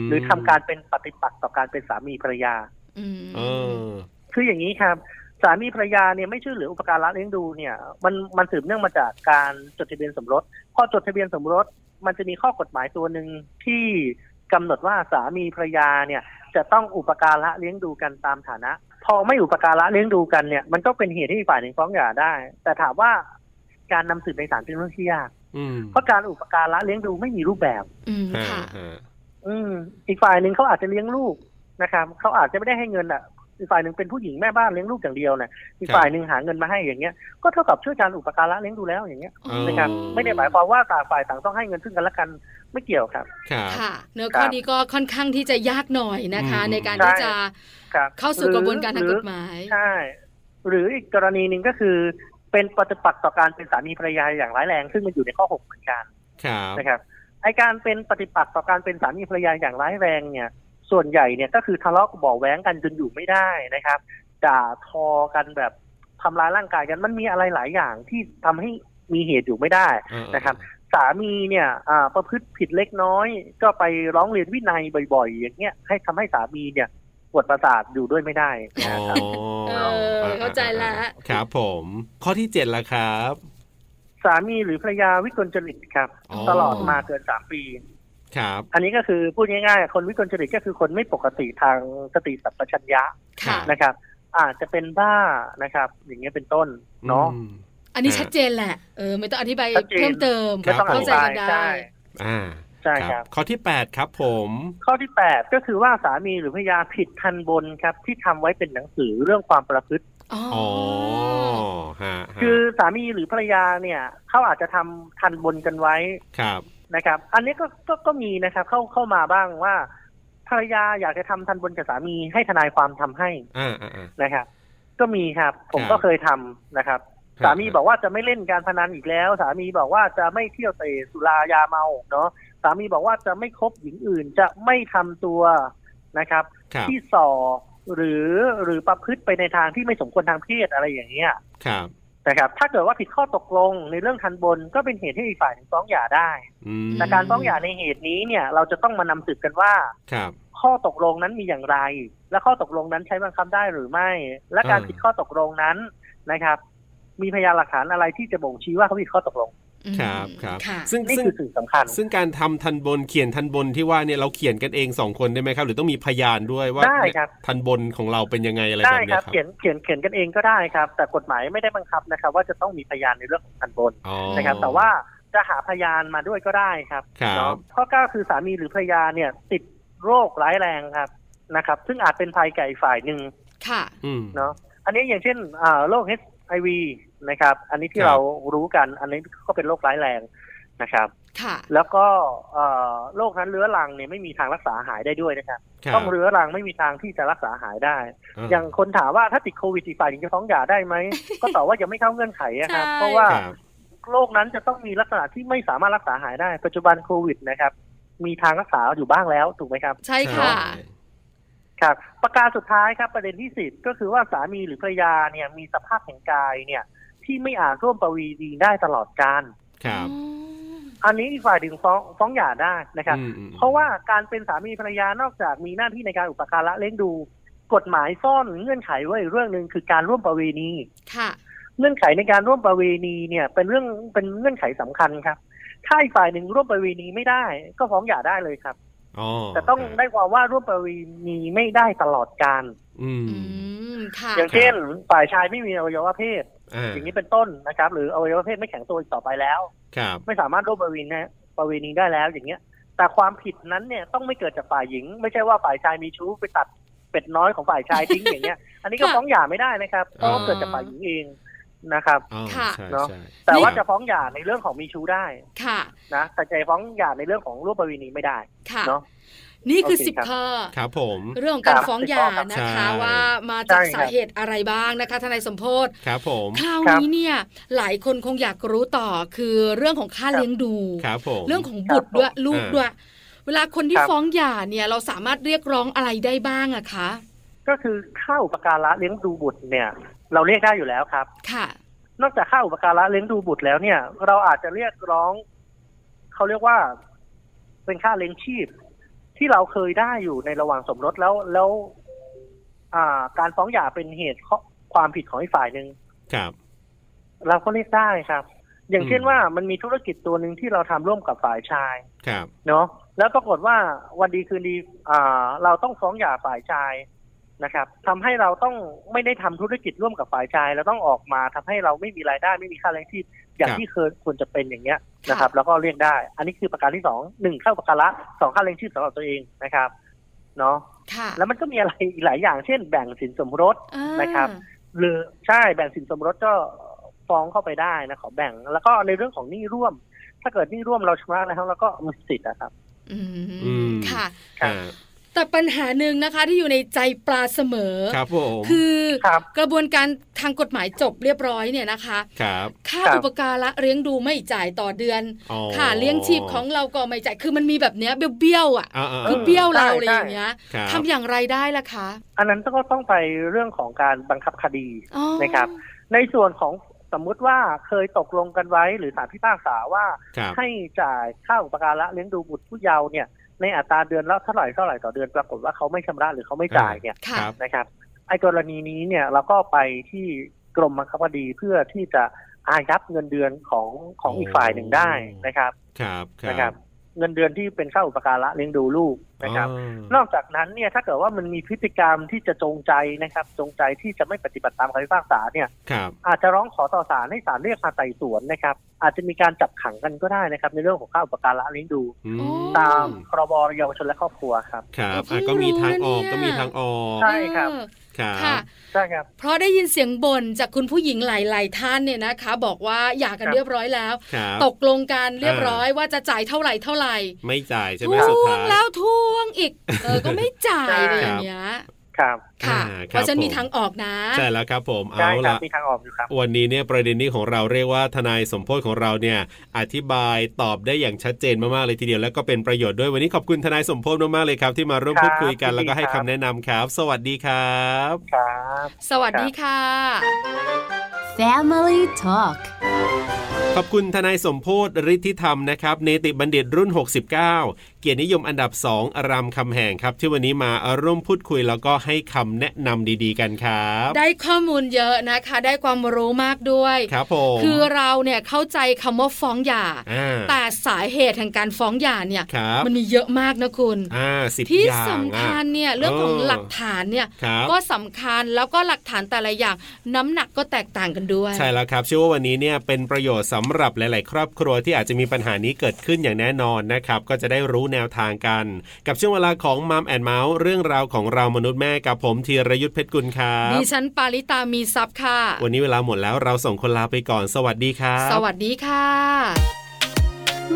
Speaker 3: ม
Speaker 5: หรือทำการเป็นปฏิปักษ์ต่อการเป็นสามีภรรยา
Speaker 2: อืม
Speaker 3: เออ
Speaker 5: คืออย่างนี้ครับ สามีภรรยาเนี่ยไม่ช่วยเหลืออุปการะเลี้ยงดูเนี่ยมันมันสืบเนื่องมาจากการจดทะเบียนสมรสพอจดทะเบียนสมรสมันจะมีข้อกฎหมายตัวหนึ่งที่กำหนดว่าสามีภรรยาเนี่ยจะต้องอุปการะเลี้ยงดูกันตามฐานะ พอไม่อุปการะเลี้ยงดูกันเนี่ยมันก็เป็นเหตุที่อีกฝ่ายหนึ่งฟ้องหย่าได้ แต่ถามว่าการนำสืบในศาลเป็นเรื่องที่ยาก
Speaker 3: อืม
Speaker 5: เพราะการอุปการะเลี้ยงดูไม่มีรูปแบบ
Speaker 2: อืม
Speaker 3: อ่า
Speaker 2: ค่ะ
Speaker 3: อ่า
Speaker 5: อืมอีกฝ่ายหนึ่งเขาอาจจะเลี้ยงลูกนะครับเขาอาจจะไม่ได้ให้เงินอ่ะอีกฝ่ายหนึ่งเป็นผู้หญิงแม่บ้านเลี้ยงลูกอย่างเดียวนะอีกฝ่ายหนึ่งหาเงินมาให้อย่างเงี้ยก็เท่ากับช่วยการอุปการะเลี้ยงดูแล้วอย่างเงี้ย
Speaker 2: อืม
Speaker 5: นะครับไม่ได้หมายความว่าต่างฝ่ายต่างต้องให้เงินซึ่งกันและกันไม่เกี่ยวครับ
Speaker 3: ครับ
Speaker 2: ค่ะ เนื้อ
Speaker 5: ครับ
Speaker 2: ข้อนี้ก็ค่อนข้างที่จะยากหน่อยนะคะ
Speaker 3: อืม
Speaker 2: ในการ
Speaker 5: ใช่
Speaker 2: ที่จะ
Speaker 5: ครับ
Speaker 2: เข้าสู่กระบวนการทางกฎห
Speaker 5: ย
Speaker 2: มาย
Speaker 5: ใช่หรืออีกกรณีหนึ่งก็คือ เป็นปฏิปักษ์ต่อการเป็นสามีภรรยาอย่างร้ายแรง ซึ่งมันอยู่ในข้อหกเหมือนกัน
Speaker 3: ครับ
Speaker 5: นะครับไอการเป็นปฏิปักษ์ต่อการเป็นสามีภรรยาอย่างร้ายแรงเนี่ย ส่วนใหญ่เนี่ยก็คือทะเลาะเบ่อแว้งกันจนอยู่ไม่ได้นะครับด่าทอกันแบบทำร้ายร่างกายกันมันมีอะไรหลายอย่างที่ทำให้มีเหตุอยู่ไม่ได้
Speaker 3: อ่าอ่า
Speaker 5: นะครับ สามีเนี่ยอ่าประพฤติผิดเล็กน้อย ก็ไปร้องเรียนวินัยบ่อยๆ อย่างเงี้ยให้ทำให้สามีเนี่ยปวดประสาทอยู่ด้วยไม่ได้
Speaker 3: อ๋อ
Speaker 2: เออเข้าใจแล้ว
Speaker 3: ครับผม ข้อที่เจ็ดละครับ
Speaker 5: สามีหรือภรรยาวิกลจริตครับ
Speaker 3: อ๋อ
Speaker 5: ตลอดมาเกินสามปี
Speaker 3: ครับ
Speaker 5: อันนี้ก็คือพูดง่ายๆ คนวิกลจริตก็คือคนไม่ปกติทางสติสัมปชัญญะ
Speaker 2: ค่ะ
Speaker 3: รับ
Speaker 5: นะครับ อาจจะเป็นบ้านะครับ อย่างเงี้ยเป็นต้นเนาะ
Speaker 3: อืม
Speaker 2: อันนี้
Speaker 3: อ่า
Speaker 2: ชัดเจนแหละ เออไม่ต้องอธิบาย
Speaker 5: ชัดเจน
Speaker 2: เพิ่มเติม
Speaker 3: ครั
Speaker 5: ไม่
Speaker 3: บ
Speaker 5: ต้องอ
Speaker 2: เข้า
Speaker 5: ธิ
Speaker 2: ใจ
Speaker 5: บา
Speaker 2: กั
Speaker 5: ย
Speaker 2: นได้
Speaker 5: ใช่
Speaker 3: อ่า
Speaker 5: ใช่
Speaker 3: ครับ
Speaker 5: ครับ
Speaker 3: ข้อที่แปดครับผม
Speaker 5: ข้อที่ 8 ก็คือว่าสามีหรือภรรยาผิดทันบนครับ ที่ทำไว้เป็นหนังสือเรื่องความประพฤติ
Speaker 2: อ๋อ
Speaker 3: อ๋อฮะฮะ
Speaker 5: คือสามีหรือภรรยาเนี่ยเขาอาจจะทำทันบนกันไว้
Speaker 3: ครับ
Speaker 5: นะครับ อันนี้ก็ก็ก็มีนะครับ เข้าเข้ามาบ้างว่า ภรรยาอยากจะทำทันบนกับสามีให้ทนายความทำให้
Speaker 3: อ่าอ่าอ่า
Speaker 5: นะครับ ก็มีครับ ผมก็เคยทำนะครับ สามีบอกว่าจะไม่เล่นการพนันอีกแล้ว สามีบอกว่าจะไม่เที่ยวเตะสุรายาเมาเนาะสามีบอกว่าจะไม่คบหญิงอื่นจะไม่ทำตัวนะครับ
Speaker 3: ครับ
Speaker 5: ที่ส่อหรือหรือประพฤติไปในทางที่ไม่สมควรทางเพศอะไรอย่างเงี้ย
Speaker 3: ครับ
Speaker 5: นะครับ ถ้าเกิดว่าผิดข้อตกลงในเรื่องทันบนก็เป็นเหตุให้อีกฝ่ายหนึ่งฟ้องหย่าได้
Speaker 3: อืม
Speaker 5: แต่การฟ้องหย่าในเหตุนี้เนี่ย เราจะต้องมานำสืบกันว่า
Speaker 3: ครับ
Speaker 5: ข้อตกลงนั้นมีอย่างไร และข้อตกลงนั้นใช้บังคับได้หรือไม่ และการ
Speaker 3: อ่า
Speaker 5: ผิดข้อตกลงนั้นนะครับ มีพยานหลักฐานอะไรที่จะบ่งชี้ว่าเขาผิดข้อตกลง
Speaker 2: อืม
Speaker 3: ครับครับ
Speaker 2: ค่ะ
Speaker 3: ซึ่ง
Speaker 5: นี่
Speaker 3: ซึ่ง
Speaker 5: คือสิ่งสำคัญ
Speaker 3: ซึ่งการทำทันบนเขียนทันบนที่ว่าเนี่ยเราเขียนกันเองสองคนได้ไหมครับ หรือต้องมีพยานด้วยว่า
Speaker 5: ได้ครับ
Speaker 3: เนี่ยทันบนของเราเป็นยังไงอะไร
Speaker 5: ได้
Speaker 3: แบบ
Speaker 5: ค
Speaker 3: เนี้ยค
Speaker 5: รับ
Speaker 3: รับ
Speaker 5: เขียนเขียนเขียนกันเองก็ได้ครับ แต่กฎหมายไม่ได้บังคับนะครับ ว่าจะต้องมีพยานในเรื่องของทันบน
Speaker 3: อ๋อ
Speaker 5: นะครับ แต่ว่าจะหาพยานมาด้วยก็ได้ครับ
Speaker 3: ครับ
Speaker 5: เนาะข้อเก้าคือสามีหรือภรรยาเนี่ยติดโรคร้ายแรงครับนะครับ ซึ่งอาจเป็นภัยแก่อีกฝ่ายหนึ่ง
Speaker 2: ค่ะ
Speaker 3: อืม
Speaker 5: เนาะอันนี้อย่างเช่นอ่าโรค HIV นะครับ อันนี้
Speaker 3: ค
Speaker 5: ที่
Speaker 3: รับ
Speaker 5: เรารู้กัน อันนี้ก็เป็นโรคร้ายแรงนะครับ
Speaker 2: ค่ะ
Speaker 5: แล้วก็เอ่อโรคนั้นเรื้อรังเนี่ยไม่มีทางรักษาหายได้ด้วยนะครับ
Speaker 3: ครับ
Speaker 5: ต้องเรื้อรังไม่มีทางที่จะรักษาหายได้ อย่างคนถามว่าถ้าติดโควิดอีกฝ่ายหนึ่งจะฟ้องหย่าได้ ไหม ก็ตอบว่ายังไม่เข้าเงื่อนไขอะครับ
Speaker 2: ใช่
Speaker 5: เพราะว่า
Speaker 3: ครับ
Speaker 5: โรคนั้นจะต้องมีลักษณะที่ไม่สามารถรักษาหายได้ ปัจจุบันโควิดนะครับ มีทางรักษาอยู่บ้างแล้วถูกไหมครับ
Speaker 2: ใช่ค่ะ
Speaker 3: ใช่
Speaker 5: ครับประการสุดท้ายครับประเด็นที่สิบก็คือว่าสามีหรือภรรยาเนี่ยมีสภาพแห่งกายเนี่ยที่ไม่อาจร่วมประวีดีได้ตลอดการ
Speaker 3: ครับ
Speaker 2: อ๋อ
Speaker 5: อันนี้อีกฝ่ายถึงฟ้องฟ้องหย่าได้นะครับ
Speaker 3: อืมอืม
Speaker 5: เพราะว่าการเป็นสามีภรรยานอกจากมีหน้าที่ในการอุปการะเลี้ยงดู กฎหมายซ่อนเงื่อนไขไว้อีกเรื่องหนึ่งคือการร่วมประเวณี
Speaker 2: ค่ะ
Speaker 5: เงื่อนไขในการร่วมประเวณีเนี่ยเป็นเรื่องเป็นเงื่อนไขสำคัญครับ ถ้าอีกฝ่ายหนึ่งร่วมประเวณีไม่ได้ ก็ฟ้องหย่าได้เลยครับ
Speaker 3: อ๋อ
Speaker 5: แต่ต้อง
Speaker 3: ครับ
Speaker 5: ได้ความว่าร่วมประเวณีไม่ได้ตลอดการ
Speaker 3: อืม
Speaker 2: อืม ค่ะ
Speaker 5: อย่างเช่นฝ่ายชายไม่มีอวัยวะเพศ
Speaker 3: อ่า
Speaker 5: อย่างนี้เป็นต้นนะครับ หรืออวัยวะเพศไม่แข็งตัวอีกต่อไปแล้ว
Speaker 3: ครับ
Speaker 5: ไม่สามารถร่วมประเวณีนะประเวณีได้แล้วอย่างเงี้ย แต่ความผิดนั้นเนี่ยต้องไม่เกิดจากฝ่ายหญิง ไม่ใช่ว่าฝ่ายชายมีชู้ไปตัดเป็ดน้อยของฝ่ายชายทิ้ง อย่างเงี้ย อันนี้ก็
Speaker 2: ค่ะ
Speaker 5: ฟ้องหย่าไม่ได้นะครับเพราะว่า
Speaker 2: อ่า
Speaker 5: เกิดจากฝ่ายหญิงเองนะครับ
Speaker 3: อ๋อ
Speaker 2: ค่ะ
Speaker 3: ใช่
Speaker 5: เนาะ
Speaker 3: ใช่
Speaker 5: แต่ว่าจะฟ้องหย่าในเรื่องของมีชู้ได้
Speaker 2: ค่ะ
Speaker 5: นะแต่จะฟ้องหย่าในเรื่องของร่วมประเวณีไม่ได้
Speaker 2: ค่ะ
Speaker 5: เนาะ
Speaker 2: นี่คือ
Speaker 5: โอเค
Speaker 2: สิบ
Speaker 5: ครับ
Speaker 2: ข้อ
Speaker 3: ครับผม
Speaker 2: เรื่องของการ
Speaker 5: ครับ
Speaker 2: ฟ้องหย่า
Speaker 5: สิบข้อครับ
Speaker 2: นะคะ
Speaker 3: ใช่
Speaker 2: ว่ามาจาก
Speaker 5: ใช่ครับ
Speaker 2: สาเหตุอะไรบ้างนะคะ ทนายสมโพศ
Speaker 3: ครับผม
Speaker 2: คราว
Speaker 5: ครับ
Speaker 2: นี้เนี่ย หลายคนคงอยากรู้ต่อคือเรื่องของค่า
Speaker 5: ครับ
Speaker 2: เลี้ยงดู
Speaker 3: ครับผม
Speaker 2: เรื่องของบุตรด้วยลูก
Speaker 3: อ่า
Speaker 2: ด้วย เวลาคนที่
Speaker 5: ครับ
Speaker 2: ฟ้องหย่าเนี่ย เราสามารถเรียกร้องอะไรได้บ้างอะคะ
Speaker 5: ก็คือค่าอุปการะเลี้ยงดูบุตรเนี่ย เราเรียกได้อยู่แล้วครับ
Speaker 2: ค่ะ
Speaker 5: นอกจากค่าอุปการะเลี้ยงดูบุตรแล้วเนี่ย เราอาจจะเรียกร้องเขาเรียกว่า เป็นค่าเลี้ยงชีพ ที่เราเคยได้อยู่ในระหว่างสมรสแล้วแล้ว อ่า การฟ้องหย่าเป็นเหตุข้อความผิดของอีกฝ่ายหนึ่ง
Speaker 3: ครับ
Speaker 5: เราก็เรียกได้ครับ อย่างเช่น
Speaker 3: อืม
Speaker 5: ว่ามันมีธุรกิจตัวหนึ่งที่เราทำร่วมกับฝ่ายชาย
Speaker 3: ครับ
Speaker 5: เนาะแล้วปรากฏว่าวันดีคืนดีอ่าเราต้องฟ้องหย่าฝ่ายชายนะครับทำให้เราต้องไม่ได้ทำธุรกิจร่วมกับฝ่ายชายเราต้องออกมาทำให้เราไม่มีรายได้ไม่มีค่าแรงชีพอย่างที่เคยควรจะเป็นอย่างเงี้ยนะครับ แล้วก็เรียกได้ อันนี้คือประการที่สองหนึ่งเข้าประการละสองค่าแรงชีพสำหรับตัวเองนะครับเนาะ
Speaker 2: ค่ะ
Speaker 5: แล้วมันก็มีอะไรอีกหลายอย่างเช่นแบ่งสินสมรส
Speaker 2: อ่า
Speaker 5: นะครับ หรือใช่แบ่งสินสมรสก็ฟ้องเข้าไปได้นะขอแบ่ง แล้วก็ในเรื่องของหนี้ร่วม ถ้าเกิดหนี้ร่วมเราชำระแล้วเราก็มีสิทธิ์นะครับ
Speaker 2: อื
Speaker 3: อื
Speaker 2: ม
Speaker 3: ม
Speaker 2: ค่ะ
Speaker 5: ครับ
Speaker 3: อ่า
Speaker 2: แต่ปัญหาหนึ่งนะคะที่อยู่ในใจปลาเสมอ
Speaker 3: ครับผม
Speaker 2: คือ
Speaker 5: ครับ
Speaker 2: กระบวนการทางกฎหมายจบเรียบร้อยเนี่ยนะคะ
Speaker 3: ครับ
Speaker 2: ค่า
Speaker 5: ครับ
Speaker 2: อุปการะเลี้ยงดูไม่จ่ายต่อเดือน
Speaker 3: อ๋อ
Speaker 2: ค่าเลี้ยงชีพของเราก็ไม่จ่ายคือมันมีแบบเนี้ยเบี้ยวๆอ่ะ
Speaker 3: าาา
Speaker 2: คือเบี้ยวเราอะไร
Speaker 5: ใช่
Speaker 2: อย่างเงี้ย
Speaker 3: ครับ
Speaker 2: ทำอย่างไรได้ล่ะคะ
Speaker 5: อันนั้นก็ต้องไปเรื่องของการบังคับคดี
Speaker 2: อ๋อ
Speaker 5: นะครับ ในส่วนของสมมุติว่าเคยตกลงกันไว้หรือศาลพิพากษาว่า
Speaker 3: ครับ
Speaker 5: ให้จ่ายค่าอุปการะเลี้ยงดูบุตรผู้เยาว์เนี่ยในอัตราเดือนละเท่าไหร่เท่าไหร่ต่อเดือนปรากฏว่าเขาไม่ชำระหรือเขาไม่จ่ายเนี่ย
Speaker 2: ค่ะ
Speaker 3: ครับ
Speaker 5: นะครับไอ้กรณีนี้เนี่ยเราก็ไปที่กรมบังคับคดีเพื่อที่จะอายัดเงินเดือนของของอีกฝ่ายหนึ่งได้นะครับ
Speaker 3: ครับ
Speaker 5: นะครัเงินเดือนที่เป็นค่าอุปการะเลี้ยงดูลูกนะครับ นอกจากนั้นเนี่ยถ้าเกิดว่ามันมีพฤติกรรมที่จะจงใจนะครับ จงใจที่จะไม่ปฏิบัติตามคำพิพากษาเนี่ย
Speaker 3: ครับ
Speaker 5: อาจจะร้องขอต่อศาลให้ศาลเรียกมาไต่สวนนะครับ อาจจะมีการจับขังกันก็ได้นะครับ ในเรื่องของค่าอุปการะเลี้ยงดู
Speaker 3: อืม
Speaker 5: ตามพรบเยาวชนและครอบครัวครับ
Speaker 3: ครับ
Speaker 2: เออเพิ่ง
Speaker 3: อ่ะก็มีทางออก
Speaker 2: รู้นะเนี่ย
Speaker 3: ก็มีทางออก
Speaker 5: ใช่ครับ
Speaker 2: เออ
Speaker 3: ครับ
Speaker 2: ค่ะ
Speaker 5: ใช่ครับ
Speaker 2: เพราะได้ยินเสียงบ่นจากคุณผู้หญิงหลาย ๆ ท่านเนี่ยนะคะ บอกว่าหย่ากัน
Speaker 5: ครับ
Speaker 2: เรียบร้อยแล้ว
Speaker 3: ครับ
Speaker 2: ตกลงกันเรียบร้อยว่าจะจ่ายเท่าไหร่เท่าไหร่
Speaker 3: ไม่จ่ายใช่
Speaker 2: ท
Speaker 3: ไหมสุด
Speaker 2: วง
Speaker 3: ท้าย
Speaker 2: แล้วทวงอีก เออก็ไม่จ่ายอะไร
Speaker 3: ใช่
Speaker 2: อย่างเงี้ย
Speaker 5: ครับ
Speaker 2: ค่ะ
Speaker 3: อ่าครับ
Speaker 2: เพราะฉะนันมี
Speaker 3: ผม
Speaker 2: ทางออกนะ
Speaker 3: ใช่แล้วครับผมเอา
Speaker 5: ใช่ครับ
Speaker 3: ละ
Speaker 5: มีทางออกอยู่ครับ
Speaker 3: วันนี้เนี่ยประเด็นนี้ของเราเรียกว่าทนายสมโพธของเราเนี่ยอธิบายตอบได้อย่างชัดเจนมากๆเลยทีเดียวแล้วก็เป็นประโยชน์ด้วยวันนี้ขอบคุณทนายสมโพธมากๆเลยครับที่มาร่วม
Speaker 5: ครั
Speaker 3: พู
Speaker 5: บ
Speaker 3: ดคุยกันแล้วก็
Speaker 5: ยินดี
Speaker 3: ให้
Speaker 5: ครั
Speaker 3: คำ
Speaker 5: บ
Speaker 3: แนะนำครับ สวัสดีครับ
Speaker 5: ครับ
Speaker 2: สวัสดีค่ะ
Speaker 1: Family Talk
Speaker 3: ขอบคุณทนายสมโพธฤทธิธรรมนะครับเนติบัณฑิตรุ่น 69 เกียรตินิยมอันดับ 2 รามคำแหงครับ ที่วันนี้มาร่วมพูดคุยแล้วก็ให้คำแนะนำดีๆกันครับ
Speaker 2: ได้ข้อมูลเยอะนะคะ ได้ความรู้มากด้วย
Speaker 3: ครับผม
Speaker 2: คือเราเนี่ยเข้าใจคำว่าฟ้องหย่า
Speaker 3: อ่า
Speaker 2: แต่สาเหตุแห่งการฟ้องหย่าเนี่ย
Speaker 3: ครับ
Speaker 2: มันมีเยอะมากนะคุณ
Speaker 3: อ่าสิบ
Speaker 2: ที่
Speaker 3: อย่าง
Speaker 2: สำคัญ
Speaker 3: อ่ะ
Speaker 2: เนี่ยเรื่องของ
Speaker 3: เออ
Speaker 2: หลักฐานเนี่ย
Speaker 3: ครับ
Speaker 2: ก็สำคัญแล้วก็หลักฐานแต่ละอย่างน้ำหนักก็แตกต่างกันด้วย
Speaker 3: ใช่แล้วครับเชื่อว่าวันนี้เนี่ยเป็นประโยชน์สำหรับหลาย ๆ ครอบครัวที่อาจจะมีปัญหานี้เกิดขึ้นอย่างแน่นอนนะครับ ก็จะได้รู้แนวทางกัน กับช่วงเวลาของมัมแอนเมาส์เรื่องราวของเรามนุษย์แม่กับผมธีรยุทธเพชรกุลครับ
Speaker 2: ดิฉันปาริตามีซับค่ะ
Speaker 3: วันนี้เวลาหมดแล้วเราส่งคนลาไปก่อนสวัสดีครับ
Speaker 2: สวัสดีค่ะ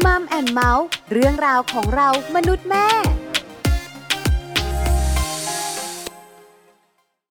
Speaker 1: มัมแอนเมาส์เรื่องราวของเรามนุษย์แม่